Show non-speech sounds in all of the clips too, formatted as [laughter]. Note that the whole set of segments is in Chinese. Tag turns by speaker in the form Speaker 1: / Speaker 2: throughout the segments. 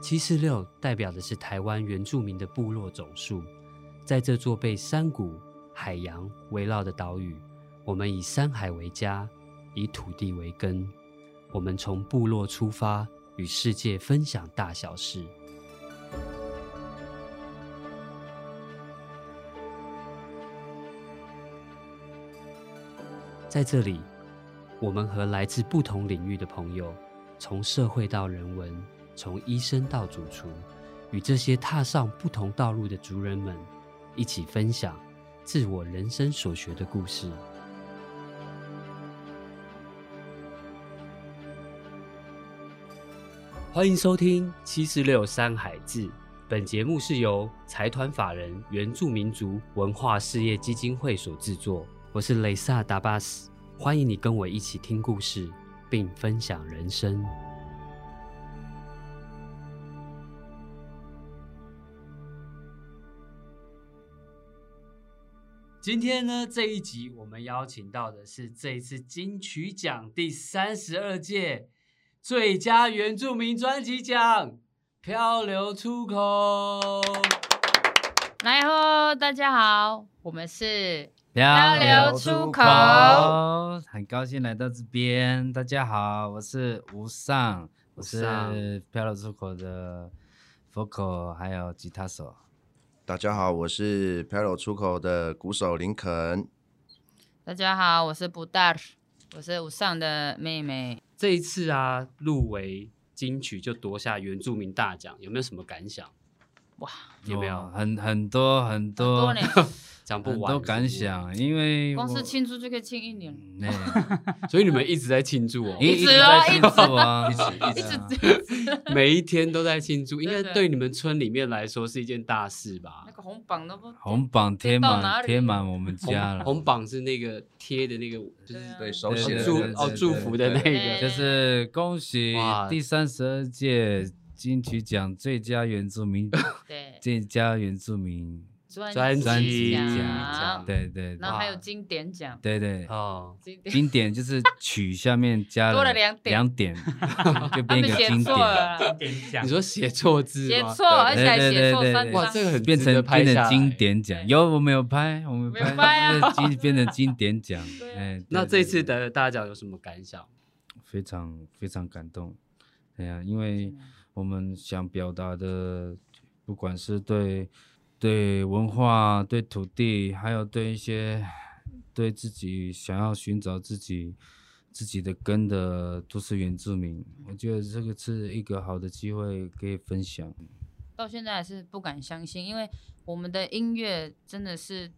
Speaker 1: 七四六代表的是台湾原住民的部落总数。在这座被山谷、海洋围绕的岛屿，我们以山海为家，以土地为根。我们从部落出发，与世界分享大小事。在这里，我们和来自不同领域的朋友，从社会到人文，从医生到主厨，与这些踏上不同道路的族人们一起分享自我人生所学的故事。欢迎收听《七十六山海志》，本节目是由财团法人原住民族文化事业基金会所制作。我是雷萨达巴斯，欢迎你跟我一起听故事，并分享人生。今天呢，这一集我们邀请到的是这一次金曲奖第三十二届最佳原住民专辑奖《漂流出口》。
Speaker 2: 来吼，大家好，我们是
Speaker 3: 漂
Speaker 2: 流出口
Speaker 3: 很高兴来到这边。大家好，我是吴尚，我
Speaker 1: 尚
Speaker 3: 是漂流出口的 vocal 还有吉他手。
Speaker 4: 大家好，我是漂流出口的鼓手林肯。
Speaker 2: 大家好，我是布达尔，我是武尚的妹妹。
Speaker 1: 这一次啊，入围金曲就夺下原住民大奖，有没有什么感想？
Speaker 2: 哇，
Speaker 1: 有没有
Speaker 3: 哦很很多很
Speaker 2: 多
Speaker 3: 多 [laughs]
Speaker 2: 呢，
Speaker 1: 讲不
Speaker 3: 很
Speaker 1: 完，
Speaker 3: 多感想？因为
Speaker 2: 光
Speaker 3: 我
Speaker 2: 是庆祝就可以庆一年，
Speaker 3: 嗯
Speaker 2: [laughs]
Speaker 3: 哎
Speaker 1: 是不是，所以你们一直在庆 [laughs] 祝哦，
Speaker 3: 一
Speaker 2: 直
Speaker 3: 在
Speaker 2: 啊
Speaker 3: 庆
Speaker 2: 一直
Speaker 3: 祝啊，一
Speaker 2: 一直
Speaker 3: 啊
Speaker 2: 这样子，
Speaker 1: 每一天都在庆祝，应该
Speaker 2: 对对
Speaker 1: 对你们村里面来说是一件大事吧
Speaker 2: 那？个红榜都不
Speaker 3: 红榜贴
Speaker 2: 到哪
Speaker 3: 满
Speaker 2: 里
Speaker 3: 贴满我们家了
Speaker 1: 红，红榜是那个贴的那个，就是
Speaker 2: 对
Speaker 4: 对
Speaker 1: 哦
Speaker 2: 手
Speaker 4: 手
Speaker 3: 写
Speaker 4: 写
Speaker 3: 的
Speaker 1: 祝
Speaker 3: 对
Speaker 1: 哦
Speaker 3: 对
Speaker 1: 祝福的那
Speaker 2: 对
Speaker 1: 个，
Speaker 3: 就是恭喜
Speaker 1: 哇
Speaker 3: 第三十二届金曲奖最佳原
Speaker 2: [laughs]
Speaker 3: 住民
Speaker 2: 对
Speaker 3: 最佳原住民
Speaker 2: 专
Speaker 1: 专
Speaker 3: 专
Speaker 1: 辑
Speaker 3: 辑
Speaker 1: 奖
Speaker 2: 奖，
Speaker 3: 对对
Speaker 2: 然后还有
Speaker 1: 哇
Speaker 2: 经典奖，
Speaker 3: 对对，
Speaker 1: 哦，
Speaker 2: 经典
Speaker 3: 经典就是曲下面加
Speaker 2: 多了两点
Speaker 3: 两
Speaker 2: [laughs]
Speaker 3: 点就
Speaker 2: 他
Speaker 3: 变一
Speaker 2: 们
Speaker 3: 个
Speaker 2: 写
Speaker 3: 经
Speaker 2: 错
Speaker 3: 典，
Speaker 2: 了啦，
Speaker 1: 你说写错字
Speaker 2: 写
Speaker 1: 吗？
Speaker 2: 错，而且还
Speaker 3: 对
Speaker 2: 写
Speaker 3: 对
Speaker 2: 错
Speaker 3: 对
Speaker 2: 三
Speaker 3: 对
Speaker 1: 哇，这个
Speaker 2: 张。
Speaker 1: 很
Speaker 3: 变
Speaker 1: 值得
Speaker 3: 成
Speaker 1: 拍
Speaker 3: 变
Speaker 1: 下
Speaker 3: 成
Speaker 1: 来
Speaker 3: 经。典奖。有我们有拍，我们
Speaker 2: 没有拍啊
Speaker 3: 就是经变成经
Speaker 2: [laughs]
Speaker 3: 典奖
Speaker 2: 对。啊
Speaker 3: 哎，对
Speaker 1: 那这次
Speaker 3: 对
Speaker 1: 的大奖有什么感想？
Speaker 3: 非常非常感动，哎呀，因为我们想表达的，不管是对对文化、对土地，还有对一些对自己想要寻找自己自己的根的，都是原住民。我觉得这个是一个好的机会，可以分享。
Speaker 2: 到现在还是不敢相信，因为我们的音乐真的是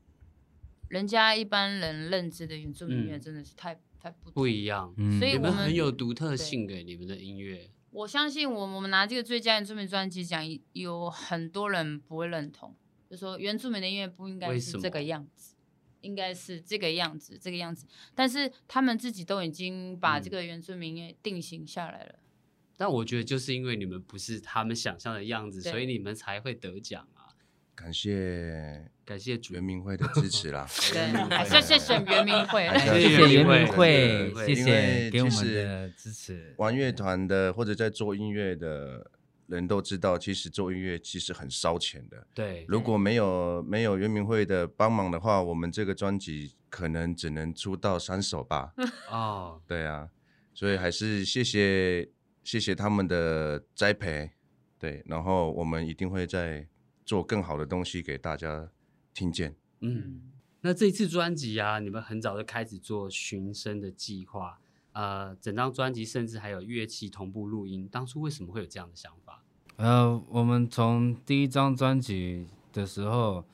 Speaker 2: 人家一般人认知的原住民音乐
Speaker 1: 嗯
Speaker 2: 真的是太、太不
Speaker 1: 不一
Speaker 2: 样。
Speaker 1: 样，
Speaker 3: 嗯，
Speaker 2: 所以
Speaker 1: 你
Speaker 2: 我
Speaker 1: 们
Speaker 2: 们
Speaker 1: 很有独特性给你们的音乐，
Speaker 2: 我相信我我们拿这个最佳原住民专辑奖，有很多人不会认同，就说原住民的音乐不应该
Speaker 1: 为什
Speaker 2: 是
Speaker 1: 么
Speaker 2: 这个样子。应该是这个样子，这个样子，但是他们自己都已经把
Speaker 1: 嗯
Speaker 2: 这个原住民音乐定型下来了。
Speaker 1: [laughs] 但我觉得就是因为你们不是他们想象的样子，
Speaker 2: 对
Speaker 1: 所以你们才会得奖啊！
Speaker 4: 感谢
Speaker 1: 感谢主
Speaker 4: 圆明会的支持啦，
Speaker 2: [laughs] 对，还是谢谢原民会。
Speaker 1: 哎
Speaker 4: 还是
Speaker 3: 谢
Speaker 4: 谢袁
Speaker 3: 谢袁
Speaker 4: 明
Speaker 3: 明
Speaker 4: 慧
Speaker 3: 慧，
Speaker 4: 对
Speaker 3: 谢
Speaker 4: 因为
Speaker 3: 谢给我
Speaker 4: 其
Speaker 3: 们
Speaker 4: 实
Speaker 3: 的支持。
Speaker 4: 玩乐团的或者在做音乐的人都知道，其实做音乐其实很烧钱的。
Speaker 1: 对，
Speaker 4: 如果没有没有圆明会的帮忙的话，我们这个专辑可能只能出到三首吧。
Speaker 1: 哦，
Speaker 4: 对啊，所以还是谢谢谢谢他们的栽培，对，然后我们一定会再做更好的东西给大家听见。
Speaker 1: 嗯，
Speaker 2: 嗯，
Speaker 1: 那这一次专辑啊，你们很早就开始做寻声的计划，呃，整张专辑甚至还有乐器同步录音，当初为什么会有这样的想法？
Speaker 3: 呃，我们从第一张专辑的时候，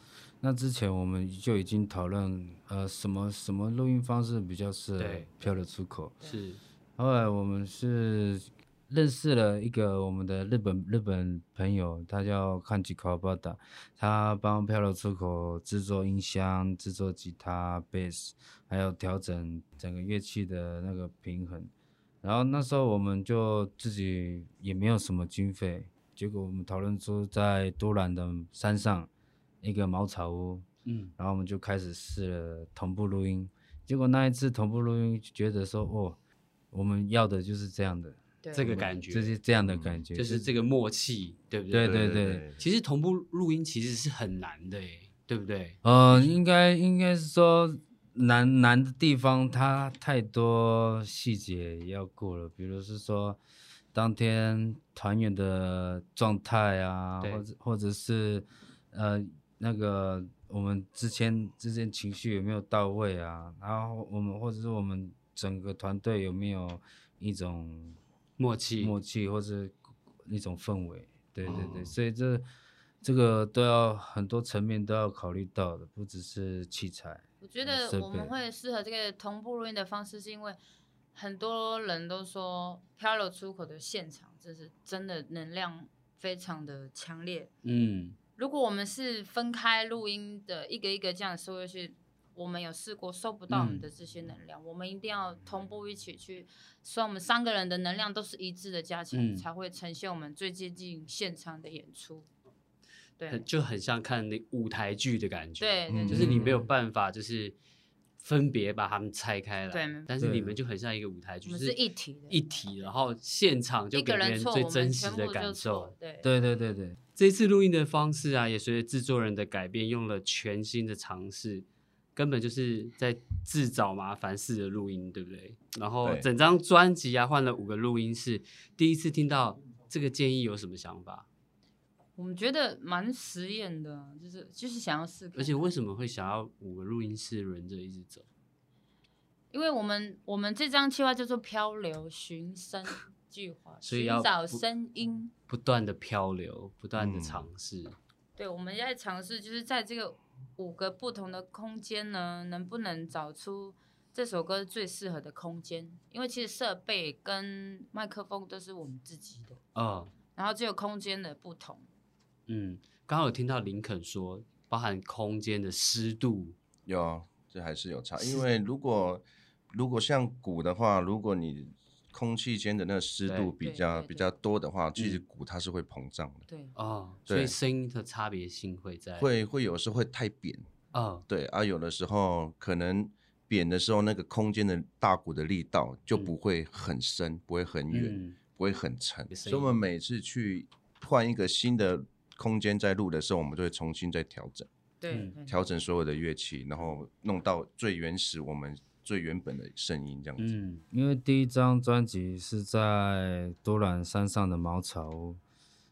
Speaker 3: 那之前我们就已经讨论，呃，什么什么录音方式比较适合
Speaker 1: 对
Speaker 3: 漂流出口。
Speaker 1: 是
Speaker 3: 后来我们是认识了一个我们的日本日本朋友，他叫看吉卡巴达，他帮漂流出口制作音箱、制作吉他、贝斯，还有调整整个乐器的那个平衡。然后那时候我们就自己也没有什么经费，结果我们讨论出在都兰的山上一个茅草屋，
Speaker 1: 嗯，
Speaker 3: 然后我们就开始试了同步录音。结果那一次同步录音，就觉得说哦，我们要的就是这样的，
Speaker 2: 对
Speaker 1: 这个感觉，嗯
Speaker 3: 就是这样的感觉，
Speaker 1: 就是这个默契，对不
Speaker 3: 对
Speaker 1: 对？
Speaker 3: 对对
Speaker 4: 对，
Speaker 1: 其实同步录音其实是很难的耶，对不对？
Speaker 3: 呃，应该应该是说难难的地方，它太多细节要顾了，比如是说当天团员的状态啊，
Speaker 1: 对
Speaker 3: 或者或者是呃那个我们之前之前情绪有没有到位啊，然后我们或者是我们整个团队有没有一种
Speaker 1: 默契，
Speaker 3: 默契或者一种氛围。对对对，
Speaker 1: 哦
Speaker 3: 所以这这个都要很多层面都要考虑到的，不只是器材。
Speaker 2: 我觉
Speaker 3: 呃
Speaker 2: 得
Speaker 3: 设
Speaker 2: 我们
Speaker 3: 备
Speaker 2: 会适合这个同步录音的方式，是因为很多人都说漂流出口的现场，就是真的能量非常的强烈。
Speaker 1: 嗯，
Speaker 2: 如果我们是分开录音的，一个一个这样收回去，我们有试过收不到我们
Speaker 1: 嗯
Speaker 2: 的这些能量，我们一定要同步一起去，所以我们三个人的能量都是一致的加起来，
Speaker 1: 嗯
Speaker 2: 才会呈现我们最接近现场的演出。对
Speaker 1: 很就很像看那舞台剧的感觉，
Speaker 2: 对，对
Speaker 1: 就是你
Speaker 2: 对
Speaker 1: 没有办法就是分别把它们拆开来，
Speaker 2: 对
Speaker 1: 但是
Speaker 3: 对
Speaker 1: 你们就很像一个舞台
Speaker 2: 我
Speaker 1: 剧，就
Speaker 2: 们是一体的，
Speaker 1: 一体，然后现场就
Speaker 2: 一
Speaker 1: 给
Speaker 2: 个
Speaker 1: 别
Speaker 2: 人
Speaker 1: 人
Speaker 2: 错，我
Speaker 1: 最
Speaker 2: 们
Speaker 1: 真实
Speaker 2: 全部
Speaker 1: 的
Speaker 2: 就
Speaker 1: 感受
Speaker 2: 错。。对，
Speaker 3: 对对对对，
Speaker 1: 这次录音的方式啊，也随着制作人的改变，用了全新的尝试，根本就是在自找麻烦式的录音，对不对？然后
Speaker 4: 对
Speaker 1: 整张专辑啊，换了五个录音室。第一次听到这个建议，有什么想法？
Speaker 2: 我们觉得蛮实验的，啊就是就是想要试看看。
Speaker 1: 而且为什么会想要五个录音室轮着一直走？
Speaker 2: 因为我们我们这张计划叫做“漂流寻声计划”，
Speaker 1: 所以
Speaker 2: 寻
Speaker 1: 要
Speaker 2: 找
Speaker 1: 不嗯
Speaker 2: 声音。
Speaker 1: 不断的漂流，不断的
Speaker 4: 嗯
Speaker 1: 尝试，
Speaker 2: 对，我们在尝试，就是在这个五个不同的空间呢，能不能找出这首歌最适合的空间？因为其实设备跟麦克风都是我们自己的，
Speaker 1: 哦，
Speaker 2: 然后只有空间的不同。
Speaker 1: 嗯，刚刚有听到林肯说，包含空间的湿度，
Speaker 4: 有，啊这还是有差，因为如果如果像鼓的话，如果你空气间的那个湿
Speaker 1: 对
Speaker 4: 度比
Speaker 2: 对
Speaker 4: 较
Speaker 2: 对
Speaker 4: 比
Speaker 2: 对
Speaker 4: 较多的话，其实
Speaker 1: 嗯
Speaker 4: 鼓它是会膨胀的，
Speaker 2: 对，
Speaker 1: 哦，所以
Speaker 4: 对
Speaker 1: 声音的差别性会在，，
Speaker 4: 会会有时候会太扁，
Speaker 1: 哦，
Speaker 4: 对啊，有的时候可能扁的时候，那个空间的大鼓的力道就
Speaker 1: 嗯
Speaker 4: 不会很深，不会很远，
Speaker 1: 嗯，
Speaker 4: 不会很沉，
Speaker 1: 声
Speaker 4: 所以我们每次去换一个新的空间在录的时候，我们都会重新再调整。
Speaker 2: 对，
Speaker 1: 嗯
Speaker 2: 对
Speaker 4: 调整所有的乐器，然后弄到最原始我们最原本的声音这样子。
Speaker 1: 嗯，
Speaker 3: 因为第一张专辑是在多兰山上的茅草屋，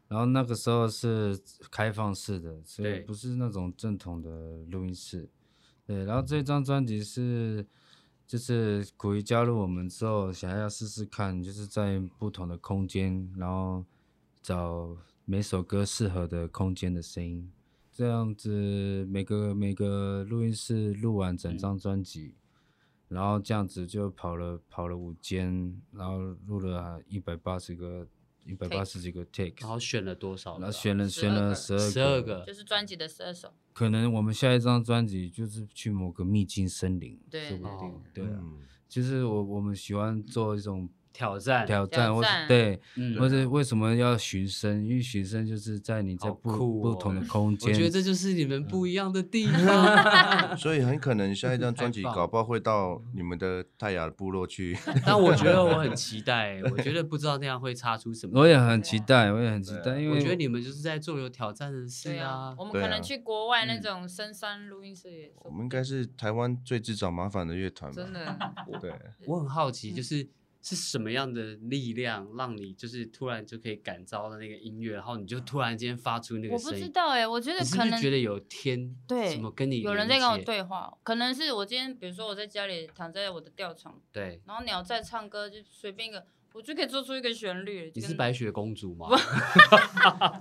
Speaker 3: 然后那个时候是开放式的，所以
Speaker 1: 对
Speaker 3: 不是那种正统的录音室。对，然后这张专辑是就是苦于加入我们之后，想要试试看，就是在不同的空间，然后找每首歌适合的空间的声音，这样子每个每个录音室录完整张专辑。然后这样子就跑了跑了五间，然后录了一百八十个一百八十几个 take，
Speaker 1: 然后选了多少个啊？
Speaker 3: 然后选了选了十
Speaker 2: 12
Speaker 3: 二
Speaker 1: 十二个
Speaker 2: 就是专辑的十二首。
Speaker 3: 可能我们下一张专辑就是去某个秘境森林，
Speaker 2: 对
Speaker 3: 说不
Speaker 1: 对哦
Speaker 3: 定
Speaker 1: 对，
Speaker 3: 对啊，
Speaker 4: 嗯
Speaker 3: 就是我我们喜欢做一种
Speaker 1: 挑战，
Speaker 3: 挑
Speaker 2: 战
Speaker 3: 战，或
Speaker 2: 啊
Speaker 3: 是对，
Speaker 1: 嗯，
Speaker 3: 或者为什么要寻声？因为寻声就是在你在
Speaker 1: 好
Speaker 3: 不
Speaker 1: 酷哦
Speaker 3: 不同的空
Speaker 1: 我觉得
Speaker 3: 间，
Speaker 1: 这就是你们
Speaker 3: 嗯
Speaker 1: 不一样的地方。 [laughs]
Speaker 4: 嗯所以很可能下一张专辑
Speaker 1: 太棒
Speaker 4: 搞不好会到你们的泰雅部
Speaker 1: [laughs]
Speaker 4: 落去。
Speaker 1: 但我觉得我很期待，我觉得不知道那样会擦出什么。
Speaker 3: 我也很期待，我也很期
Speaker 4: 对
Speaker 3: 待，因
Speaker 1: 啊我觉得
Speaker 3: 为
Speaker 1: 你们就是在做有挑战的事
Speaker 2: 对啊，我们
Speaker 4: 对
Speaker 2: 可
Speaker 4: 啊
Speaker 2: 能去国外那
Speaker 1: 嗯
Speaker 2: 种深山录音室也说不定。
Speaker 4: 我们应该是台湾最自找麻烦的乐团吧
Speaker 1: [laughs]
Speaker 2: 真？的
Speaker 4: 对，
Speaker 1: 我很好奇，
Speaker 2: 嗯
Speaker 1: 就是是什么样的力量让你就是突然就可以感召到那个音乐，然后你就突然间发出那个
Speaker 2: 我不
Speaker 1: 声
Speaker 2: 知
Speaker 1: 音？
Speaker 2: 道哎、我觉得
Speaker 1: 你是不
Speaker 2: 可能
Speaker 1: 是觉得有天
Speaker 2: 对
Speaker 1: 什么跟你
Speaker 2: 有人在
Speaker 1: 连
Speaker 2: 跟我
Speaker 1: 接？
Speaker 2: 对话，可能是我今天，比如说我在家里躺在我的吊床，
Speaker 1: 对，
Speaker 2: 然后鸟在唱歌，就随便一个，我就可以做出一个旋律。欸
Speaker 1: 你
Speaker 2: 就是跟
Speaker 1: 白雪公主吗？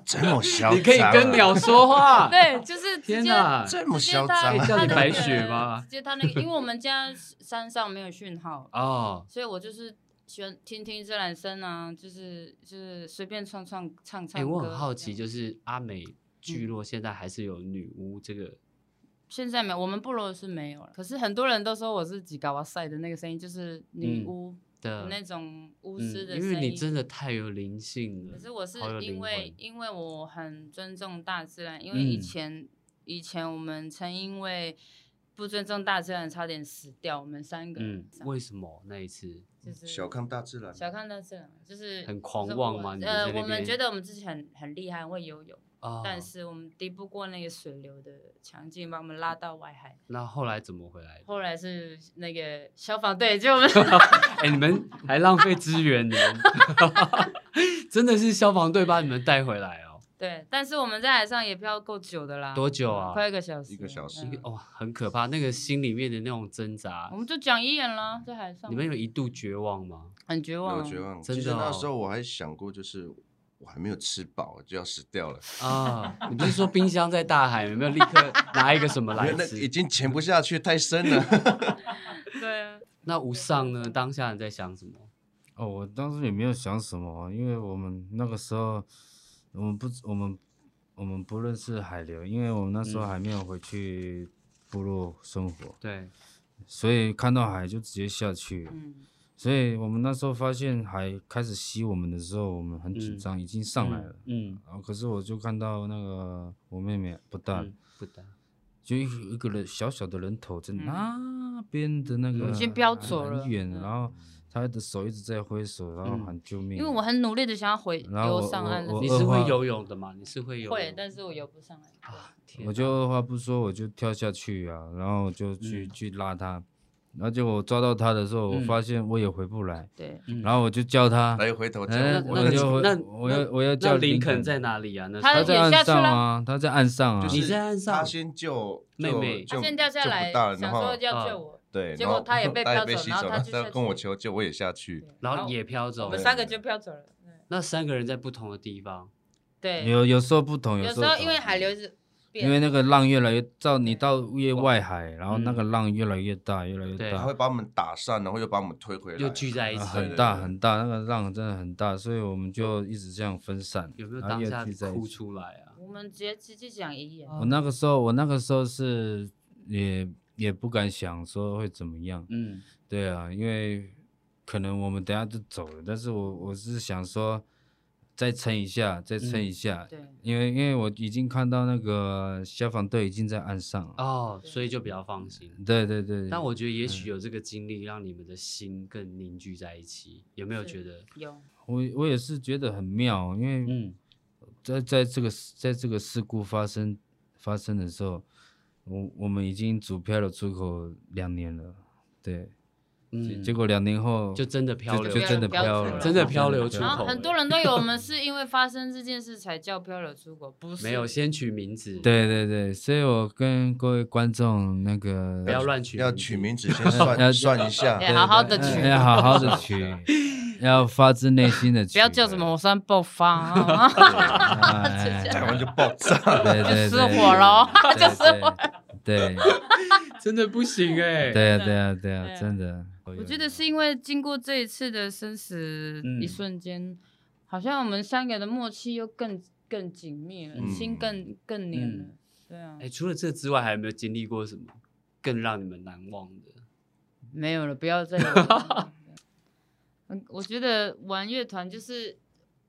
Speaker 4: 这么嚣张啊，
Speaker 1: 你可以跟鸟说话。
Speaker 2: [laughs] [laughs] 对，就是直
Speaker 1: 啊天
Speaker 2: 接
Speaker 1: 哪，
Speaker 4: 这么
Speaker 2: 直接
Speaker 4: 嚣
Speaker 2: 他
Speaker 4: 张
Speaker 1: 可以
Speaker 4: 啊，
Speaker 1: 叫
Speaker 2: 他
Speaker 1: 你
Speaker 2: 那
Speaker 1: 白
Speaker 2: 个
Speaker 1: 雪吗
Speaker 2: 直接他那个，因为我们家山上没有
Speaker 1: [laughs]
Speaker 2: 讯号，
Speaker 1: 哦，
Speaker 2: 所以我就是喜欢听听自然声啊，就是就是随便唱唱唱
Speaker 1: 哎、
Speaker 2: 唱歌。
Speaker 1: 我很好奇，
Speaker 2: 这样
Speaker 1: 就
Speaker 2: 嗯
Speaker 1: 是阿美聚落现在还是有女巫这个，
Speaker 2: 现在没有，我们部落是没有了。可是很多人都说我是吉嘎哇塞的那个声音，就是女
Speaker 1: 嗯
Speaker 2: 巫
Speaker 1: 的
Speaker 2: 那种巫
Speaker 1: 嗯
Speaker 2: 师的
Speaker 1: 因
Speaker 2: 声音。
Speaker 1: 为你真的太有灵性了。
Speaker 2: 可是我是
Speaker 1: 好有灵
Speaker 2: 因为
Speaker 1: 魂嗯
Speaker 2: 因为我很尊重大自然，因为以前、以前我们曾因为不不尊重大自然，差点死掉，我们三个人
Speaker 1: 嗯
Speaker 2: 这，样
Speaker 1: 为什么那一次？
Speaker 2: 就是
Speaker 4: 小看大自然，
Speaker 2: 小看大自然，就是
Speaker 1: 很狂妄吗
Speaker 2: 就
Speaker 1: 你们在
Speaker 2: 是我
Speaker 1: 那
Speaker 2: 呃，我们
Speaker 1: 边
Speaker 2: 觉得我们自己很很厉害，很会游泳，
Speaker 1: 啊，
Speaker 2: 但是我们敌不过那个水流的强劲，把我们拉到外海。
Speaker 1: 哦那后来怎么回来的？
Speaker 2: 后来是那个消防队救我
Speaker 1: [laughs]
Speaker 2: 们，
Speaker 1: 哎、你们还浪费资源，你们 [laughs] 真的是消防队把你们带回来哦。
Speaker 2: 对，但是我们在海上也漂够久的啦，
Speaker 1: 多久啊
Speaker 2: 快一个小时了，
Speaker 4: 一个小时
Speaker 2: 嗯
Speaker 1: 哦，很可怕，那个心里面的那种挣扎
Speaker 2: 我，们就讲一眼啦，在海上，
Speaker 1: 你们有一度绝望吗？
Speaker 2: 很绝望
Speaker 4: 有
Speaker 2: 啊，
Speaker 4: 绝望。
Speaker 1: 真
Speaker 4: 其实
Speaker 1: 的
Speaker 4: 那
Speaker 1: 哦
Speaker 4: 时候我还想过，就是我还没有吃饱就要死掉了，
Speaker 1: 啊，你不是说冰箱在大海，有没有立刻拿一个什么
Speaker 4: 因
Speaker 1: 来
Speaker 4: 为那已
Speaker 1: 吃？
Speaker 4: 经潜不下去，太深
Speaker 1: [laughs]
Speaker 4: 了。
Speaker 2: 对啊，
Speaker 1: 那无上呢？当下你在想什么？
Speaker 3: 哦，我当时也没有想什么，啊因为我们那个时候，我们不知，我们我们不认识海流，因为我们那时候
Speaker 1: 嗯
Speaker 3: 还没有回去部落生活，
Speaker 1: 对，
Speaker 3: 所以看到海就直接下去了。
Speaker 2: 嗯，
Speaker 3: 所以我们那时候发现海开始吸我们的时候，我们很
Speaker 1: 嗯
Speaker 3: 紧张，已经上来了。
Speaker 1: 嗯，
Speaker 3: 然后可是我就看到那个我妹妹不
Speaker 1: 嗯，
Speaker 3: 大，
Speaker 1: 嗯不大，
Speaker 3: 就一个一个人小小的人头在
Speaker 2: 嗯
Speaker 3: 那边的那个
Speaker 2: 已经飘走
Speaker 3: 很
Speaker 2: 了
Speaker 3: 远，
Speaker 2: 嗯
Speaker 3: 然后她的手一直在挥手，然后
Speaker 1: 嗯
Speaker 3: 喊救命。
Speaker 2: 因为我很努力的想要回
Speaker 3: 然后
Speaker 2: 游
Speaker 3: 我
Speaker 2: 上岸的
Speaker 3: 我
Speaker 1: 你
Speaker 2: 时
Speaker 1: 是
Speaker 3: 二
Speaker 1: 会
Speaker 3: 话
Speaker 1: 游泳的吗？你是会游
Speaker 2: 候，
Speaker 1: 泳？
Speaker 2: 会，但是我游不上来，
Speaker 1: 啊，天
Speaker 3: 我
Speaker 1: 哪
Speaker 3: 就二话不说，我就跳下去啊，然后我就去、去拉他，然后结果我抓到他的时候，我
Speaker 1: 嗯
Speaker 3: 发现我也回不来，
Speaker 2: 对，啊
Speaker 1: 嗯
Speaker 3: 然后我就叫他，
Speaker 4: 来回头
Speaker 3: 哎
Speaker 4: 讲，
Speaker 1: 那
Speaker 3: 我
Speaker 1: 那
Speaker 3: 就回
Speaker 1: 那
Speaker 3: 我
Speaker 1: 那
Speaker 3: 要我要叫
Speaker 1: 那林肯
Speaker 3: 肯
Speaker 1: 在？哪里啊？那
Speaker 2: 他
Speaker 3: 他
Speaker 1: 时候
Speaker 3: 在
Speaker 2: 也
Speaker 3: 岸
Speaker 2: 下去
Speaker 3: 上
Speaker 2: 了
Speaker 3: 啊，他在岸上啊，
Speaker 4: 就是
Speaker 1: 你在岸上
Speaker 4: 他先救
Speaker 1: 妹
Speaker 4: 救
Speaker 1: 妹
Speaker 4: 救
Speaker 2: 他先掉下
Speaker 4: 救不
Speaker 2: 来，
Speaker 4: 到了
Speaker 2: 想
Speaker 4: 然后
Speaker 2: 说要救
Speaker 1: 嗯
Speaker 2: 我，
Speaker 4: 对，
Speaker 2: 结
Speaker 4: 然后
Speaker 2: 果他
Speaker 4: [laughs]
Speaker 2: 也被
Speaker 4: 他
Speaker 2: 飘
Speaker 4: 也被
Speaker 2: 走
Speaker 4: 吸
Speaker 2: 然后
Speaker 4: 走
Speaker 2: 他
Speaker 4: 了，
Speaker 2: 就
Speaker 4: 他
Speaker 2: 下
Speaker 4: 跟我
Speaker 2: 去
Speaker 4: 求救，我也下去
Speaker 2: 对。
Speaker 1: 然后也飘
Speaker 2: 我
Speaker 1: 走
Speaker 2: 们
Speaker 1: 了。
Speaker 2: 三个就飘走了，嗯
Speaker 1: 那三个人在不同的地方，
Speaker 2: 对，
Speaker 3: 有有时候不同，
Speaker 2: 有
Speaker 3: 时
Speaker 2: 时候
Speaker 3: 候
Speaker 2: 因为海流是变，
Speaker 3: 因为那个浪越来越到你到越
Speaker 1: 哇
Speaker 3: 外海，然后那
Speaker 1: 嗯
Speaker 3: 个浪越来越大，越来越
Speaker 1: 对
Speaker 3: 大
Speaker 4: 他，会把我们打散，然后又把我们推回来，
Speaker 1: 又聚在一
Speaker 3: 啊
Speaker 1: 起。
Speaker 3: 很
Speaker 4: 对
Speaker 3: 大
Speaker 4: 对
Speaker 3: 很大，那个浪真的很大，所以我们就一直这样分散，
Speaker 1: 有没有
Speaker 3: 然后
Speaker 1: 当
Speaker 3: 又
Speaker 1: 下
Speaker 3: 聚在一
Speaker 1: 哭
Speaker 3: 起
Speaker 1: 出来啊？
Speaker 2: 我们直接直接讲一眼，
Speaker 1: 哦
Speaker 3: 我那个时候，我那个时候是也也不敢想说会怎么样，
Speaker 1: 嗯，
Speaker 3: 对啊，因为可能我们等下就走了，但是我我是想说再撑一下，再
Speaker 1: 嗯
Speaker 3: 撑一下，
Speaker 2: 对，
Speaker 3: 因为因为我已经看到那个消防队已经在岸上了，
Speaker 1: 哦，所以就比较放心。
Speaker 3: 对对对，嗯
Speaker 1: 但我觉得也许有这个经历，让你们的心更凝聚在一起。有没有
Speaker 2: 是
Speaker 1: 觉得？
Speaker 2: 有，
Speaker 3: 我我也是觉得很妙，因为
Speaker 1: 嗯，
Speaker 3: 在在这个在这个事故发生发生的时候，我我们已经主漂流出口两年了，对，结
Speaker 1: 嗯
Speaker 3: 结果两年后
Speaker 1: 就真的漂
Speaker 3: 就
Speaker 1: 流，
Speaker 3: 就真的
Speaker 2: 漂
Speaker 3: 漂
Speaker 2: 流
Speaker 3: 了，
Speaker 2: 真的
Speaker 1: 漂流出
Speaker 2: 然
Speaker 1: 口
Speaker 2: 后
Speaker 1: 了
Speaker 2: 很多人都有，我们是因为发生这件事才叫漂流出国，不是
Speaker 1: 没有先取名字，，
Speaker 3: 对对对，所以我跟各位观众那个
Speaker 1: 不要乱取，
Speaker 4: 要取名
Speaker 1: 字。
Speaker 4: 字先算
Speaker 3: [laughs] 要
Speaker 4: 算一下
Speaker 3: 아,
Speaker 2: 哎，好好的
Speaker 3: 呃
Speaker 2: 取，
Speaker 3: 要好好的取，要发自内心的取，
Speaker 2: 不要叫什么火山爆发
Speaker 1: [laughs]
Speaker 2: 啊，
Speaker 3: 아, 네,哎，
Speaker 4: 讲完就爆炸。
Speaker 3: [laughs] 对对对，
Speaker 2: 失火喽，
Speaker 3: 对，对
Speaker 1: 真的不行
Speaker 3: [laughs]
Speaker 1: 哎。
Speaker 3: 对对啊对啊对
Speaker 2: 对
Speaker 3: 啊，
Speaker 2: 啊
Speaker 3: 真的，
Speaker 2: 我觉得是因为经过这一次的生死
Speaker 1: 嗯
Speaker 2: 一瞬间，好像我们三个的默契又更更紧密了，
Speaker 4: 嗯
Speaker 2: 心更更黏了
Speaker 1: 嗯。
Speaker 2: 对啊
Speaker 1: 哎，，除了这之外，还有没有经历过什么更让你们难忘的？
Speaker 2: 没有了，
Speaker 1: [laughs]
Speaker 2: 不要再有了。嗯我觉得玩乐团就是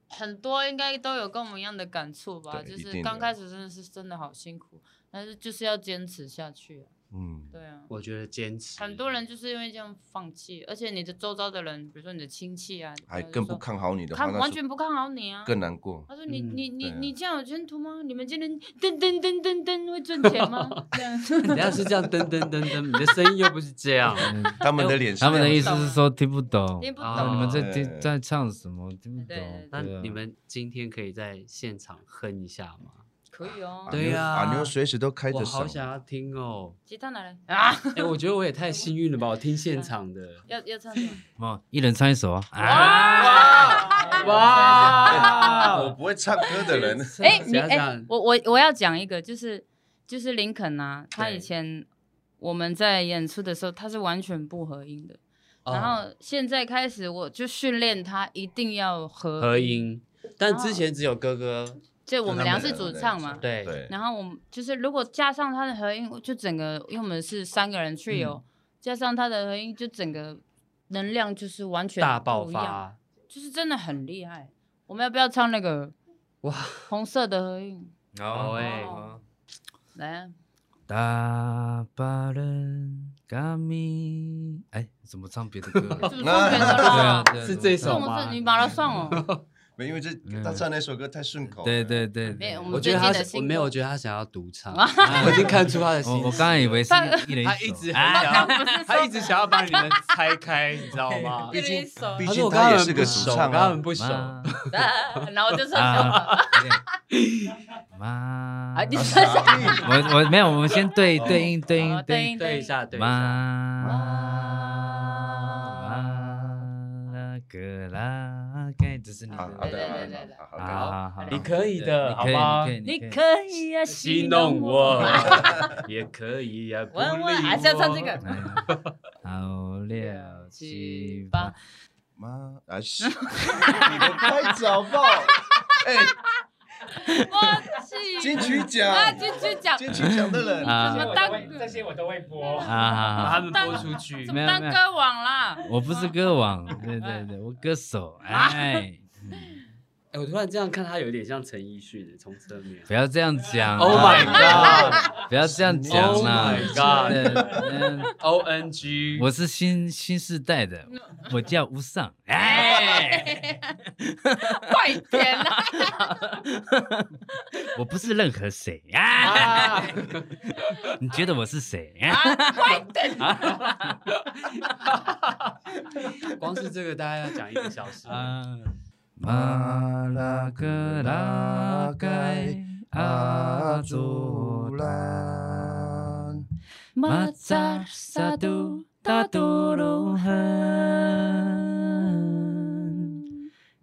Speaker 2: 很多应该都有跟我们一样的感触吧，
Speaker 4: 对
Speaker 2: 就
Speaker 4: 一
Speaker 2: 是
Speaker 4: 定
Speaker 2: 刚
Speaker 4: 的
Speaker 2: 开始真的是真的好辛苦，但是就是要坚持下去啊、
Speaker 4: 嗯，
Speaker 2: 对啊。
Speaker 1: 我觉得坚持，
Speaker 2: 很多人就是因为这样放弃，而且你的周遭的人，比如说你的亲戚啊，大家
Speaker 4: 还
Speaker 2: 就
Speaker 4: 哎更不
Speaker 2: 说
Speaker 4: 看好你的话，
Speaker 2: 看
Speaker 4: 那
Speaker 2: 完
Speaker 4: 是
Speaker 2: 全不看好你啊，
Speaker 4: 更
Speaker 2: [laughs]
Speaker 4: 难过。
Speaker 2: 他说你、
Speaker 1: 嗯
Speaker 2: 你你
Speaker 4: 对啊
Speaker 2: 你这样有前途吗？你们今天噔噔噔噔噔会赚钱 [laughs] 吗？这样
Speaker 1: 人家是这样噔噔噔噔，你的声音又不是这样。
Speaker 3: 음,
Speaker 4: 他们的脸是
Speaker 3: 他们的
Speaker 4: 这样
Speaker 3: 意
Speaker 4: 子
Speaker 3: 思是说听不懂，
Speaker 2: 听不
Speaker 1: 哦
Speaker 3: 啊
Speaker 2: 懂。
Speaker 3: 你们在
Speaker 4: 对
Speaker 3: 听在唱什么？听不
Speaker 2: 对
Speaker 3: 懂
Speaker 2: 对。
Speaker 1: 那
Speaker 3: 对啊
Speaker 1: 你们今天可以在现场哼一下吗？
Speaker 2: 可以哦
Speaker 4: 啊，
Speaker 1: 对呀
Speaker 4: 阿牛随时都开
Speaker 1: 我
Speaker 4: 着
Speaker 1: 好
Speaker 4: 嗓
Speaker 1: 想要听哦！
Speaker 2: 吉他拿来啊！
Speaker 1: 哎、我觉得我也太幸运了吧，我听现场的。
Speaker 2: 要要唱什么？
Speaker 3: 哦，一人唱一首啊！
Speaker 2: 哇
Speaker 1: 哇
Speaker 4: 我不会唱歌的人，
Speaker 2: 哎，你
Speaker 1: 想
Speaker 2: 哎
Speaker 1: 想，，
Speaker 2: 我我我要讲一个，就是就是林肯啊，他
Speaker 1: 对
Speaker 2: 以前我们在演出的时候，他是完全不合音的。
Speaker 1: 哦
Speaker 2: 然后现在开始，我就训练他一定要合
Speaker 1: 合，音，但之前只有哥哥，
Speaker 2: 就我们俩
Speaker 4: 就是他们
Speaker 2: 主
Speaker 4: 两个
Speaker 2: 唱
Speaker 1: [laughs]
Speaker 2: 嘛，
Speaker 1: 对
Speaker 4: 对，
Speaker 2: 然后我们就是如果加上他的合音，就整个因为我们是三个人 trio，、加上他的合音，就整个能量就是完全
Speaker 1: 大爆
Speaker 2: 不一样，
Speaker 1: 发，
Speaker 2: 就是真的很厉害。我们要不要唱那个
Speaker 1: 哇！
Speaker 2: 红色的合音？
Speaker 1: 好
Speaker 3: 好
Speaker 1: 哎
Speaker 2: 来、啊，
Speaker 3: 大把人嘎咪，哎，怎么唱别的歌了？
Speaker 2: 是不
Speaker 3: 对
Speaker 2: 是放别的
Speaker 3: 啊
Speaker 2: 了？
Speaker 3: 对啊
Speaker 5: 是
Speaker 3: 怎么
Speaker 5: 这
Speaker 3: 唱
Speaker 5: 首
Speaker 2: 送
Speaker 5: 吗
Speaker 2: 是你把它送哦，
Speaker 4: 没，因为这他唱那首歌太顺口了。
Speaker 3: 嗯对对对，
Speaker 2: 没我
Speaker 3: 对我
Speaker 2: 们
Speaker 1: 我
Speaker 3: 我
Speaker 1: 觉得
Speaker 2: 最
Speaker 1: 他
Speaker 2: 近的
Speaker 1: 是
Speaker 2: 新
Speaker 1: 我没有，
Speaker 2: 歌
Speaker 1: 我觉得他想要独唱，
Speaker 3: 아,
Speaker 5: 我已经看出他的心
Speaker 3: 我
Speaker 5: 思，
Speaker 3: 刚刚以为是
Speaker 2: 但
Speaker 3: 一人
Speaker 5: 他
Speaker 3: 一
Speaker 5: 一
Speaker 3: 首
Speaker 5: 直很
Speaker 3: 哎
Speaker 5: 想，他一直想要把你们拆开，你知道吗？
Speaker 2: 一人一首，
Speaker 4: 毕
Speaker 5: 他
Speaker 4: 竟
Speaker 5: 说我
Speaker 4: 他
Speaker 5: 刚
Speaker 4: 也
Speaker 5: 刚
Speaker 4: 是
Speaker 5: 很
Speaker 4: 个主
Speaker 5: 不
Speaker 4: 唱
Speaker 5: 熟，我
Speaker 4: 啊
Speaker 5: 刚刚很不熟。
Speaker 3: 妈
Speaker 2: 啊然后我就送
Speaker 3: 啊
Speaker 2: 了。
Speaker 3: 妈
Speaker 2: 啊，你说
Speaker 5: 是
Speaker 2: 啥？
Speaker 3: 我我没有，我们先对对应对
Speaker 2: 好
Speaker 3: 应
Speaker 2: 对
Speaker 3: 应
Speaker 2: 应
Speaker 5: 对一下，对一下。
Speaker 3: 妈啦个啦，该这
Speaker 5: [laughs]
Speaker 3: 是你
Speaker 4: 啊好
Speaker 3: 的
Speaker 4: 好的，
Speaker 2: 对
Speaker 4: 好
Speaker 2: 对
Speaker 4: 的
Speaker 2: 对对
Speaker 4: 好的好的。
Speaker 3: 好好好，
Speaker 5: 你可以的
Speaker 3: 对你可以
Speaker 5: 好吗
Speaker 3: 你可以
Speaker 2: 你
Speaker 3: 你可以。
Speaker 2: 可以啊呀，
Speaker 5: 戏弄我， [laughs] 也可以啊呀，不理
Speaker 2: 玩玩还是要唱这个
Speaker 5: 我
Speaker 3: 哎呀好六七八
Speaker 2: 八，
Speaker 4: 妈啊！是 [laughs] 你的拍早报，哎，
Speaker 2: 我去，
Speaker 4: 金曲
Speaker 2: 啊，
Speaker 4: 奖，
Speaker 2: 金曲奖，
Speaker 4: 金曲奖的人，
Speaker 3: 啊
Speaker 2: 什么当
Speaker 5: 这些我都会播，
Speaker 3: 啊好好
Speaker 5: 把
Speaker 3: 好
Speaker 5: 他们播出
Speaker 2: [laughs]
Speaker 5: 去
Speaker 2: 怎
Speaker 3: 没。有
Speaker 2: 么当歌王啦？
Speaker 3: 我不是歌王，对对对，我歌手，哎，嗯
Speaker 5: 哎，我突然这样看他有点像陈奕迅，从侧面。
Speaker 3: 不要这样讲啊
Speaker 5: Oh my god！Oh
Speaker 3: 不要这样讲啦
Speaker 5: Oh my god
Speaker 3: 对嗯
Speaker 5: O N G！
Speaker 3: 我是新新时代的，我叫吴尚，哎
Speaker 2: 哎，快点啦！
Speaker 3: 我不是任何谁啊，
Speaker 5: 啊，
Speaker 3: 你觉得我是谁啊？
Speaker 5: 光是这个大概要讲一个小时。
Speaker 3: 啊，马拉格拉盖阿祖兰，马扎萨杜达杜鲁恒，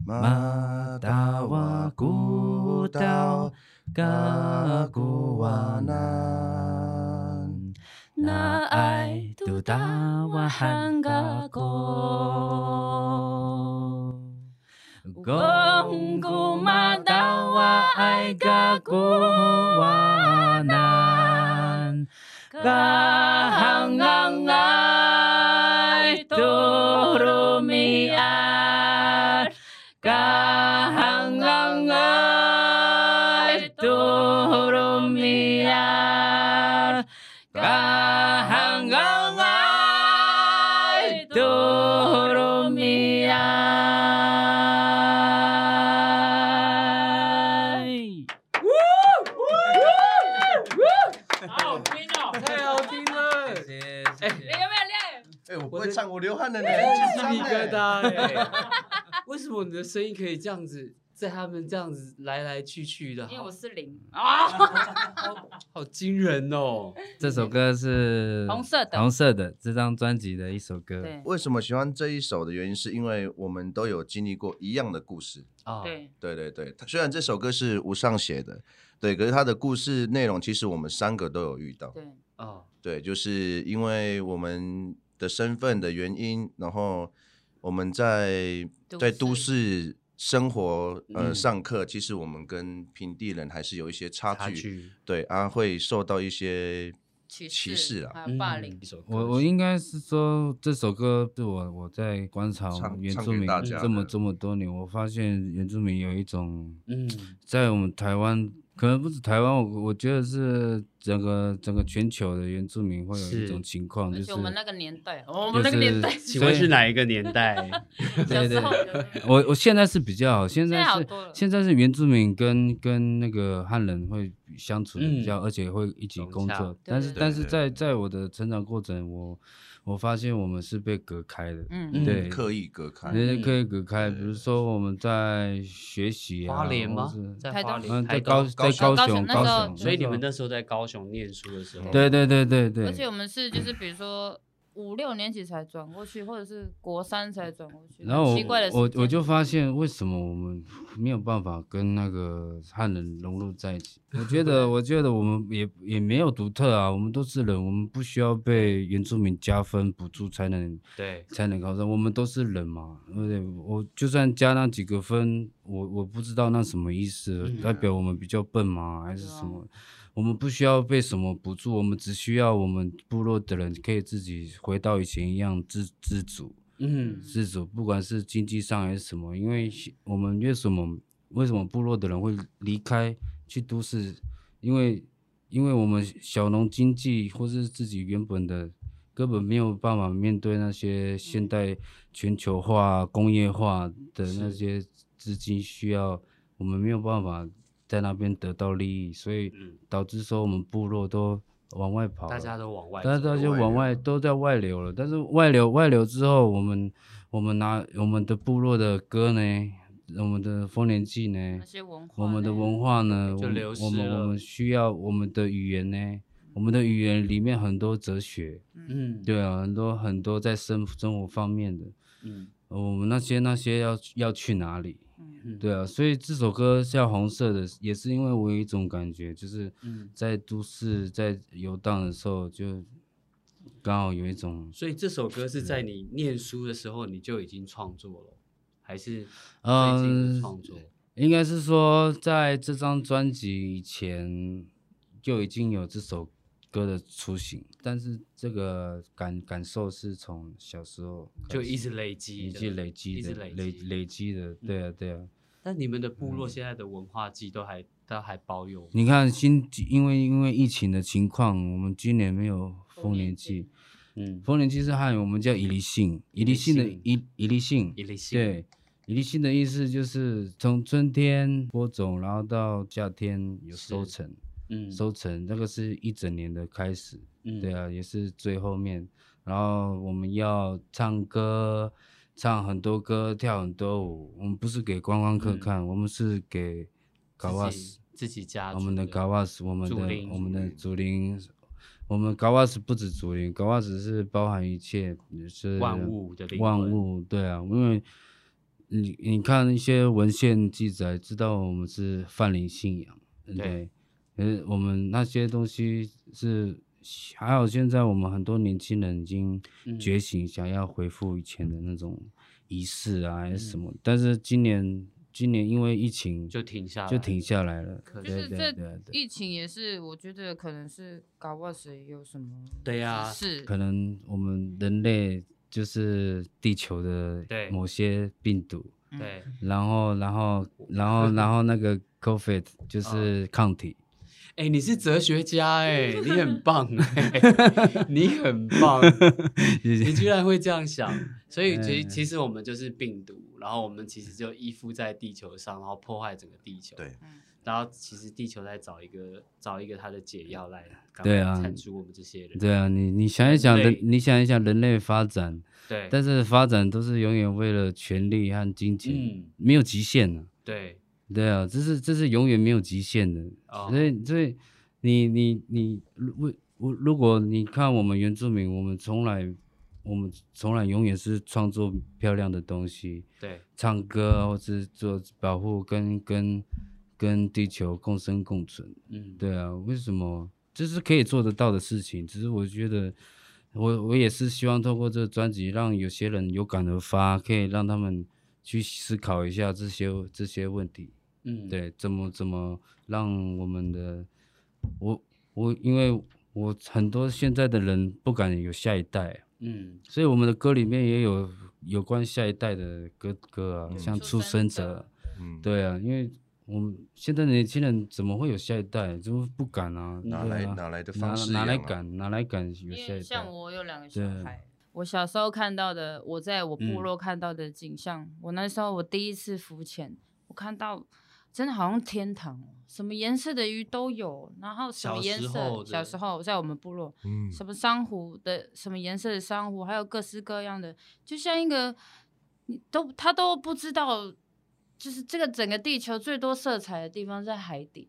Speaker 3: 马达瓦古道嘎古瓦南。那爱都达瓦汉嘎果，公古马达瓦爱嘎古瓦南，嘎汉昂爱都鲁米阿，嘎汉昂爱都鲁米阿。Kahang ang ay durumiyay.
Speaker 2: 好好听哦！
Speaker 5: 太好听
Speaker 2: 你
Speaker 5: 了，
Speaker 2: 有没有练？
Speaker 4: 哎，我不会唱，我流汗了呢，
Speaker 5: 鸡
Speaker 4: 紧张
Speaker 5: 皮疙
Speaker 4: 呢。
Speaker 5: 瘩哎！为什么你的声音可以这样子，在他们这样子来来去去的，
Speaker 2: 因为
Speaker 5: 好
Speaker 2: 我是零啊，
Speaker 5: 好惊人哦！
Speaker 3: 这首歌是
Speaker 2: 红色的
Speaker 3: 红色的这张专辑的一首歌。
Speaker 2: 对
Speaker 4: 为什么喜欢这一首的原因，是因为我们都有经历过一样的故事。
Speaker 5: 啊，
Speaker 2: 对，
Speaker 4: 对对对，他虽然这首歌是无上写的，对，可是他的故事内容其实我们三个都有遇到。
Speaker 2: 对
Speaker 5: 啊，
Speaker 4: 对，就是因为我们的身份的原因，然后我们在
Speaker 2: 都
Speaker 4: 在
Speaker 2: 市
Speaker 4: 都市生活，呃，
Speaker 5: 嗯
Speaker 4: 上课，其实我们跟平地人还是有一些差距，
Speaker 5: 差距，
Speaker 4: 对啊，会受到一些
Speaker 2: 歧
Speaker 4: 歧视啊
Speaker 2: 还有霸凌
Speaker 5: 嗯一，首歌
Speaker 3: 我我应该是说这首歌是我我在观察
Speaker 4: 唱
Speaker 3: 原
Speaker 4: 唱
Speaker 3: 住
Speaker 4: 给
Speaker 3: 民
Speaker 4: 大家
Speaker 3: 这么
Speaker 4: 的
Speaker 3: 这么多年，我发现原住民有一种
Speaker 5: 嗯
Speaker 3: 在我们台湾，可能不止台湾，我我觉得是整个整个全球的原住民会有一
Speaker 5: 是
Speaker 3: 种情况，就
Speaker 2: 而
Speaker 3: 是
Speaker 2: 且我们那个年代，我
Speaker 3: 我
Speaker 2: 们那个年代，
Speaker 5: 请问是哪一个年
Speaker 3: [laughs]
Speaker 5: 代？
Speaker 2: 小时候有
Speaker 3: 我我现在是比较好，现
Speaker 2: 现
Speaker 3: 在
Speaker 2: 在好
Speaker 3: 是
Speaker 2: 多了，
Speaker 3: 现在是原住民跟跟那个汉人会相处的比
Speaker 5: 嗯
Speaker 3: 较，而且会一起
Speaker 5: 融
Speaker 3: 工
Speaker 5: 洽
Speaker 3: 作
Speaker 5: 对。
Speaker 3: 但是
Speaker 2: 对
Speaker 3: 但
Speaker 4: 对
Speaker 3: 是
Speaker 4: 对
Speaker 3: 在
Speaker 4: 对
Speaker 3: 在我的成长过程，我我发现我们是被隔开的，
Speaker 2: 嗯
Speaker 3: 对
Speaker 4: 刻意隔开。
Speaker 3: 人家可以
Speaker 5: 嗯
Speaker 3: 隔开。
Speaker 4: 对
Speaker 3: 比
Speaker 4: 对
Speaker 3: 如
Speaker 4: 对
Speaker 3: 说我们在学习啊，
Speaker 5: 花莲
Speaker 3: 或
Speaker 5: 吗
Speaker 3: 是？
Speaker 5: 在
Speaker 2: 台
Speaker 5: 花
Speaker 2: 东
Speaker 5: 莲，
Speaker 3: 嗯，
Speaker 5: 台
Speaker 3: 在
Speaker 5: 东
Speaker 3: 高在高
Speaker 2: 高
Speaker 3: 雄
Speaker 2: 雄那时候
Speaker 3: 雄，
Speaker 2: 就
Speaker 5: 所以你们
Speaker 3: 的
Speaker 5: 那时候在高雄念书的时候，
Speaker 3: 对对对对对，
Speaker 2: 而且我们是就是比如说五六年级才转过去，或者是国三才转过去，
Speaker 3: 然后我
Speaker 2: 奇怪的时
Speaker 3: 我
Speaker 2: 间
Speaker 3: 我就发现为什么我们没有办法跟那个汉人融入在一起？我觉
Speaker 2: [laughs]
Speaker 3: 得，我觉得我们也也没有独特啊，我们都是人，我们不需要被原住民加分补助才能
Speaker 5: 对，
Speaker 3: 才能考上，我们都是人嘛，对不对？我就算加那几个分，我我不知道那什么意思，
Speaker 5: 嗯
Speaker 3: 代表我们比较笨吗？还是
Speaker 2: 对啊
Speaker 3: 什么？我们不需要被什么补助，我们只需要我们部落的人可以自己回到以前一样自自主。
Speaker 5: 嗯
Speaker 3: 自主，不管是经济上还是什么，因为现我们为什么为什么部落的人会离开去都市？因为因为我们小农经济或是自己原本的根本没有办法面对那些现代全球化、工业化的那
Speaker 1: 是
Speaker 3: 些资金需要，我们没有办法在那边得到利益，所以
Speaker 6: 嗯
Speaker 3: 导致说我们部落都往外跑了，
Speaker 6: 大家都往外走，
Speaker 3: 大家就
Speaker 4: 外流
Speaker 3: 往外都在外流了，但是外流外流之后，我们我们拿我们的部落的歌呢，我们的丰年祭呢
Speaker 2: 那，些啊文化，
Speaker 3: 我们的文，化呢，
Speaker 6: 就
Speaker 3: 我们
Speaker 6: 流
Speaker 3: 我
Speaker 6: 失
Speaker 3: 们
Speaker 6: 了
Speaker 3: 我们需要我们的语言呢，我们的语言里面很多哲学，
Speaker 2: 嗯，
Speaker 1: 嗯，
Speaker 3: 对啊，很多很多在生生活方面的，
Speaker 1: 嗯，
Speaker 3: 呃我们那些那些要要去哪里？
Speaker 2: 嗯
Speaker 3: 对啊，所以这首歌叫红色的，也是因为我有一种感觉，就是
Speaker 1: 嗯
Speaker 3: 在都市在游荡的时候，就刚好有一种
Speaker 1: 所以这首歌是
Speaker 3: 嗯
Speaker 1: 在你念书的时候你就已经创作了，还是最近的
Speaker 3: 嗯
Speaker 1: 创作？
Speaker 3: 应该是说，在这张专辑以前就已经有这首歌的雏形，但是这个感感受是从小时候开
Speaker 1: 就
Speaker 3: 始
Speaker 1: 一直累积，
Speaker 3: 一直累积
Speaker 1: 一直累
Speaker 3: 的，累
Speaker 1: 积嗯
Speaker 3: 累积的，对啊对啊。
Speaker 1: 但你们的部落现在的文化祭都还都还保有吗，
Speaker 3: 你看新因为因为疫情的情况，我们今年没有丰年祭，
Speaker 1: 嗯，
Speaker 3: 丰年祭是汉语我们叫以离性，以离性的
Speaker 1: 以离性一
Speaker 3: 以以离性，
Speaker 1: 类性，
Speaker 3: 对，以离性的意思就是从春天播种，然后到夏天有收
Speaker 1: 是
Speaker 3: 成，
Speaker 1: 嗯，
Speaker 3: 收成那个是一整年的开始，
Speaker 1: 嗯
Speaker 3: 对，啊，也是最后面，然后我们要唱歌，唱很多歌，跳很多舞，我们不是给观光客
Speaker 1: 嗯
Speaker 3: 看，我们是给
Speaker 1: 自
Speaker 3: 嘎哇斯
Speaker 1: 己自己家
Speaker 3: 我
Speaker 1: 族
Speaker 3: 们的嘎瓦斯，我们的
Speaker 1: 竹林嗯
Speaker 3: 我们的竹林，我们嘎瓦斯不止竹林，嘎瓦斯是包含一切，也是
Speaker 1: 万物的灵
Speaker 3: 万
Speaker 1: 魂
Speaker 3: 物，对啊，因为你你看一些文献记载，知道我们是泛灵信仰，对，可是我们那些东西是。还有现在我们很多年轻人已经
Speaker 1: 嗯
Speaker 3: 觉醒，想要恢复以前的那种仪式啊，还是什么？但是今年今年因为疫情
Speaker 1: 嗯就停下来，
Speaker 3: 就停下来了，
Speaker 1: 啊可
Speaker 2: 就是
Speaker 3: 对
Speaker 2: 这
Speaker 3: 对对对，
Speaker 2: 疫情也是，我觉得可能是搞不好谁有什么
Speaker 1: 对呀
Speaker 2: 是
Speaker 3: 可能我们人类就是地球的
Speaker 1: 对
Speaker 3: 某些病毒，
Speaker 2: 嗯
Speaker 1: 对，
Speaker 3: 然后然后 [laughs] 然后然后那个 COVID
Speaker 1: 啊
Speaker 3: 就是抗体，
Speaker 1: 哎、你是哲学家哎、你很棒哎、
Speaker 3: [laughs]
Speaker 1: 你很棒，
Speaker 3: 谢
Speaker 1: 你
Speaker 3: 谢。
Speaker 1: 居然会这样想。所以其
Speaker 3: 嗯
Speaker 1: 其实我们就是病毒，然后我们其实就依附在地球上，然后破坏整个地球。
Speaker 4: 对，
Speaker 2: 嗯
Speaker 1: 然后其实地球在找一个找一个它的解药来，
Speaker 3: 对啊
Speaker 1: 铲除我们这些人。
Speaker 3: 对啊，你你想一想
Speaker 1: 人
Speaker 3: 人
Speaker 1: 类，
Speaker 3: 你想一想人类发展，
Speaker 1: 对，
Speaker 3: 但是发展都是永远为了权力和金钱，
Speaker 1: 嗯，
Speaker 3: 没有极限啊的、
Speaker 1: 对，
Speaker 3: 对啊，这是这是永远没有极限的，
Speaker 1: 哦
Speaker 3: 所以所以你你你如我如果你看我们原住民，我们从来我们从来永远是创作漂亮的东西，
Speaker 1: 对，
Speaker 3: 唱歌或是做保护跟跟跟地球共生共存。
Speaker 1: 嗯，
Speaker 3: 对啊，为什么这是可以做得到的事情？只是我觉得我我也是希望透过这个专辑，让有些人有感而发，可以让他们去思考一下这些这些问题。
Speaker 1: 嗯，
Speaker 3: 对，怎么怎么让我们的我我，因为我很多现在的人不敢有下一代，啊
Speaker 1: 嗯，
Speaker 3: 所以我们的歌里面也有有关下一代的歌歌啊，像《出生者》，
Speaker 4: 嗯，
Speaker 3: 对啊，因为我们现在的年轻人怎么会有下一代？怎么不敢啊？
Speaker 4: 哪
Speaker 3: 对
Speaker 4: 来
Speaker 3: 啊
Speaker 4: 哪来的
Speaker 3: 哪
Speaker 4: 方式
Speaker 3: 哪来
Speaker 4: 养啊
Speaker 3: 敢哪来敢有
Speaker 2: 因
Speaker 3: 下
Speaker 2: 为
Speaker 3: 一代
Speaker 2: 像？我有两个小
Speaker 3: 对
Speaker 2: 孩，我小时候看到的，我在我部
Speaker 3: 嗯
Speaker 2: 落看到的景象，我那时候我第一次浮潜，我看到真的好像天堂哦，什么颜色的鱼都有，然后什么
Speaker 1: 小
Speaker 2: 颜
Speaker 1: 时
Speaker 2: 色，
Speaker 1: 候
Speaker 2: 小
Speaker 1: 的
Speaker 2: 时候在我们部落，
Speaker 4: 嗯，
Speaker 2: 什么珊瑚的什么颜色的珊瑚，还有各式各样的，就像一个你都他都不知道，就是这个整个地球最多色彩的地方在海底，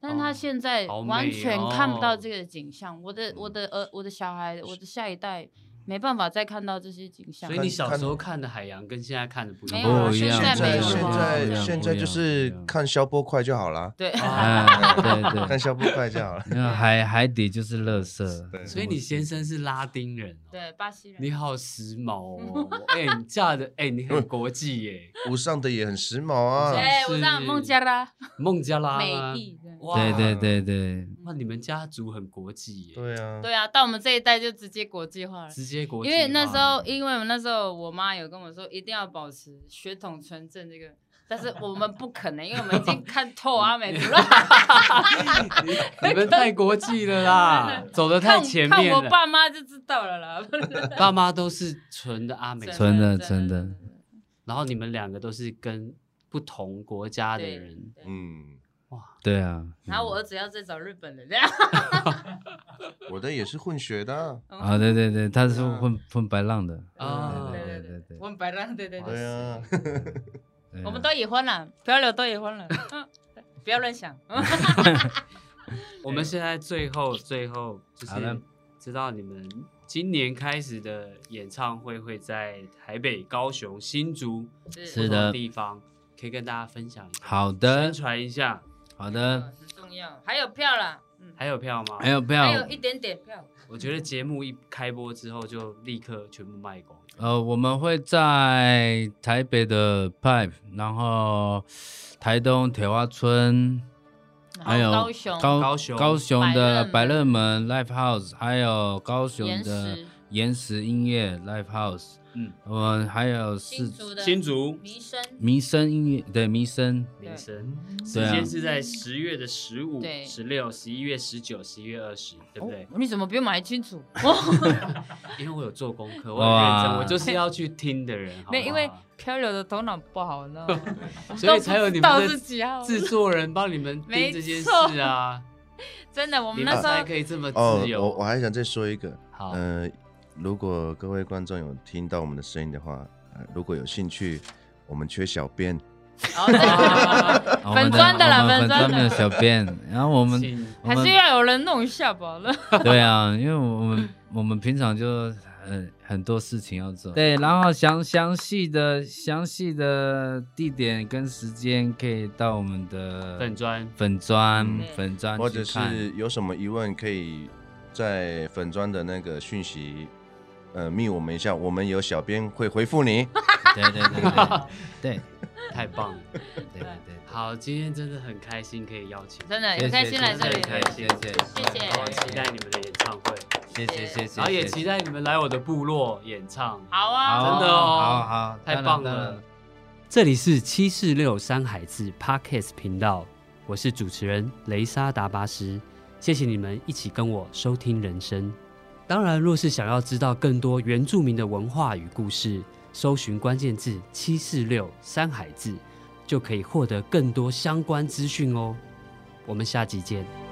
Speaker 2: 但是
Speaker 1: 哦
Speaker 2: 他现在
Speaker 1: 好
Speaker 2: 完
Speaker 1: 美
Speaker 2: 全看不到
Speaker 1: 哦嗯
Speaker 2: 这个景象。我的我的呃我的小孩，我的下一代没办法再看到这些景象
Speaker 1: 所以。你小时候看的海洋跟现在看的不一
Speaker 2: 没
Speaker 1: 样，
Speaker 2: 有啊
Speaker 3: 不一
Speaker 2: 现
Speaker 3: 样
Speaker 2: 在没
Speaker 4: 现在
Speaker 2: 有
Speaker 4: 现
Speaker 2: 了不一
Speaker 4: 在
Speaker 2: 样
Speaker 4: 现在就是看消波块就好啦，
Speaker 2: 对，
Speaker 1: 啊
Speaker 3: 哎，对对，
Speaker 4: [laughs] 看消波块就好了。
Speaker 3: 那海海底就是垃圾。
Speaker 4: 对
Speaker 1: 所以你先生是拉丁人哦，
Speaker 2: 对，巴西人。
Speaker 1: 你好时髦
Speaker 2: [laughs]
Speaker 1: 哦，哎、你嫁的哎、你很国际耶，
Speaker 4: 无上的也很时髦
Speaker 2: [laughs]
Speaker 4: 啊，
Speaker 2: 哎，我让孟加拉
Speaker 1: 孟加拉哦
Speaker 2: 美
Speaker 1: 吗
Speaker 2: 裔对
Speaker 1: 哇
Speaker 3: 对对对对，
Speaker 1: 哇，你们家族很国际耶，
Speaker 4: 对啊，
Speaker 2: 对啊，到我们这一代就直接国际化了。
Speaker 1: 直接国际
Speaker 2: 因
Speaker 1: 化，
Speaker 2: 为那时候，因为我那时候我妈有跟我说，一定要保持血统纯正这个。但是我们不可能，因为我们已经看透阿美
Speaker 3: [laughs]
Speaker 2: 族了，
Speaker 5: 你们太国际
Speaker 2: [laughs]
Speaker 5: 了啦，走的太
Speaker 2: 看
Speaker 5: 前
Speaker 2: 看
Speaker 5: 面
Speaker 2: 我
Speaker 5: 了。
Speaker 2: 爸妈就知道了啦。
Speaker 1: 爸妈都是纯的阿美族，
Speaker 3: 纯的真的
Speaker 1: 然后你们两个都是跟不同国家的
Speaker 2: 对
Speaker 1: 人，
Speaker 2: 对
Speaker 4: 嗯，
Speaker 3: 对啊，
Speaker 2: 然后我儿子要再找日本人，这样
Speaker 4: 我的也是混血的啊，
Speaker 2: [laughs]
Speaker 3: 啊，对对对，他是
Speaker 2: 嗯
Speaker 3: 混混白浪的
Speaker 2: 哦
Speaker 1: 啊
Speaker 3: 哦对
Speaker 2: 对
Speaker 3: 对对对哎
Speaker 2: 我们白浪，对对
Speaker 4: 对
Speaker 2: 对，
Speaker 4: 啊，
Speaker 3: [laughs] 对啊
Speaker 2: 我们都已婚了，不要聊都已婚了， [laughs] 嗯不要乱想。
Speaker 3: 嗯
Speaker 2: [laughs]
Speaker 1: 我们现在最后最后就
Speaker 3: 好了
Speaker 1: 是知道你们今年开始的演唱会会在台北、高雄、新竹
Speaker 3: 是
Speaker 1: 不同
Speaker 3: 的
Speaker 1: 地方，可以跟大家分享一下，
Speaker 3: 好的
Speaker 1: 宣传一下。
Speaker 3: 好
Speaker 2: 嗯
Speaker 3: 的，哎
Speaker 2: 很重要，还有票啦，嗯，
Speaker 1: 还有票吗？
Speaker 3: 还有
Speaker 2: 还
Speaker 3: 票
Speaker 2: 有，一点点票，
Speaker 1: 我觉得节目一开播之后就立刻全部卖光。
Speaker 3: 呃，我们会在台北的 Pipe，然后台东铁花村，还
Speaker 2: 然
Speaker 3: 有
Speaker 2: 后高雄、
Speaker 3: 高
Speaker 1: 高雄
Speaker 3: 高雄的
Speaker 2: 百
Speaker 3: 百
Speaker 2: 乐
Speaker 3: 乐门 Live House，还有高雄
Speaker 2: 岩
Speaker 3: 的
Speaker 2: 石、
Speaker 3: 岩石音乐 Live House，
Speaker 1: 嗯，
Speaker 3: 我们还有是
Speaker 2: 新竹的
Speaker 1: 新竹
Speaker 2: 民生，
Speaker 3: 民生音乐，对民生，
Speaker 1: 民生，时
Speaker 3: 对啊
Speaker 1: 间是在十月的十五、
Speaker 2: 对
Speaker 1: 十六、十一月十九、十一月二十，对不对？
Speaker 2: 哦你怎么比我们还清楚？
Speaker 1: 因为我有做功
Speaker 3: [laughs]
Speaker 1: 课，我很
Speaker 3: 哇
Speaker 1: 认真，我就是要去听的人。好不好
Speaker 2: 没有，因为漂流的头脑不好，你知道吗？
Speaker 5: 所以才有你
Speaker 2: 都不知道
Speaker 5: 们
Speaker 2: 自
Speaker 5: 的
Speaker 2: 己啊，
Speaker 5: 制作人帮你们
Speaker 2: 没
Speaker 5: 盯这件
Speaker 2: 错
Speaker 5: 事啊，
Speaker 2: 真的，我
Speaker 5: 你
Speaker 2: 们那
Speaker 5: 们
Speaker 2: 时
Speaker 5: 才
Speaker 2: 候
Speaker 5: 可以这么
Speaker 4: 哦
Speaker 5: 自，
Speaker 4: 我我
Speaker 5: 由。
Speaker 4: 还想再说一个，
Speaker 1: 好，
Speaker 4: 呃，如果各位观众有听到我们的声音的话，呃如果有兴趣，我们缺小编，
Speaker 2: 哦
Speaker 1: [laughs]
Speaker 4: 嗯
Speaker 2: 对
Speaker 3: 我们
Speaker 2: 粉专的啦
Speaker 3: 我们
Speaker 2: 粉专
Speaker 3: 粉
Speaker 2: 的
Speaker 3: 专的小编，然后我们
Speaker 1: 请
Speaker 3: 我
Speaker 2: 还
Speaker 3: 们
Speaker 2: 是要有人弄一下吧。 [laughs]
Speaker 3: 对啊，因为我们我们平常就很很多事情要做，对，然后详详细的详细的地点跟时间可以到我们的
Speaker 1: 粉砖
Speaker 3: 粉砖
Speaker 4: 嗯
Speaker 3: 粉砖去
Speaker 4: 或者
Speaker 3: 看
Speaker 4: 是有什么疑问，可以在粉砖的那个讯息，呃，密我们一下，我们有小编会回复你。
Speaker 3: 对对对对对
Speaker 1: 太棒了。
Speaker 3: 对对对，
Speaker 1: 好，今天真的很开心可以邀请，
Speaker 2: 真的
Speaker 3: 谢
Speaker 2: 很
Speaker 3: 谢
Speaker 2: 开心来这里
Speaker 1: 真，的很开心
Speaker 3: 谢谢
Speaker 2: 谢
Speaker 1: 然后期待你们的演唱会，
Speaker 3: 谢谢谢谢谢，
Speaker 1: 然后也期待你们来我的部落演唱。
Speaker 2: 好
Speaker 3: 好
Speaker 2: 啊，
Speaker 1: 真的哦
Speaker 3: 好好
Speaker 1: 太
Speaker 3: 当然
Speaker 1: 棒
Speaker 3: 当然
Speaker 1: 了这里是七四六山海志 Podcast 频道，我是主持人雷莎达巴斯，谢谢你们一起跟我收听人生。当然，若是想要知道更多原住民的文化与故事，搜寻关键字“七四六山海志”，就可以获得更多相关资讯哦。我们下集见。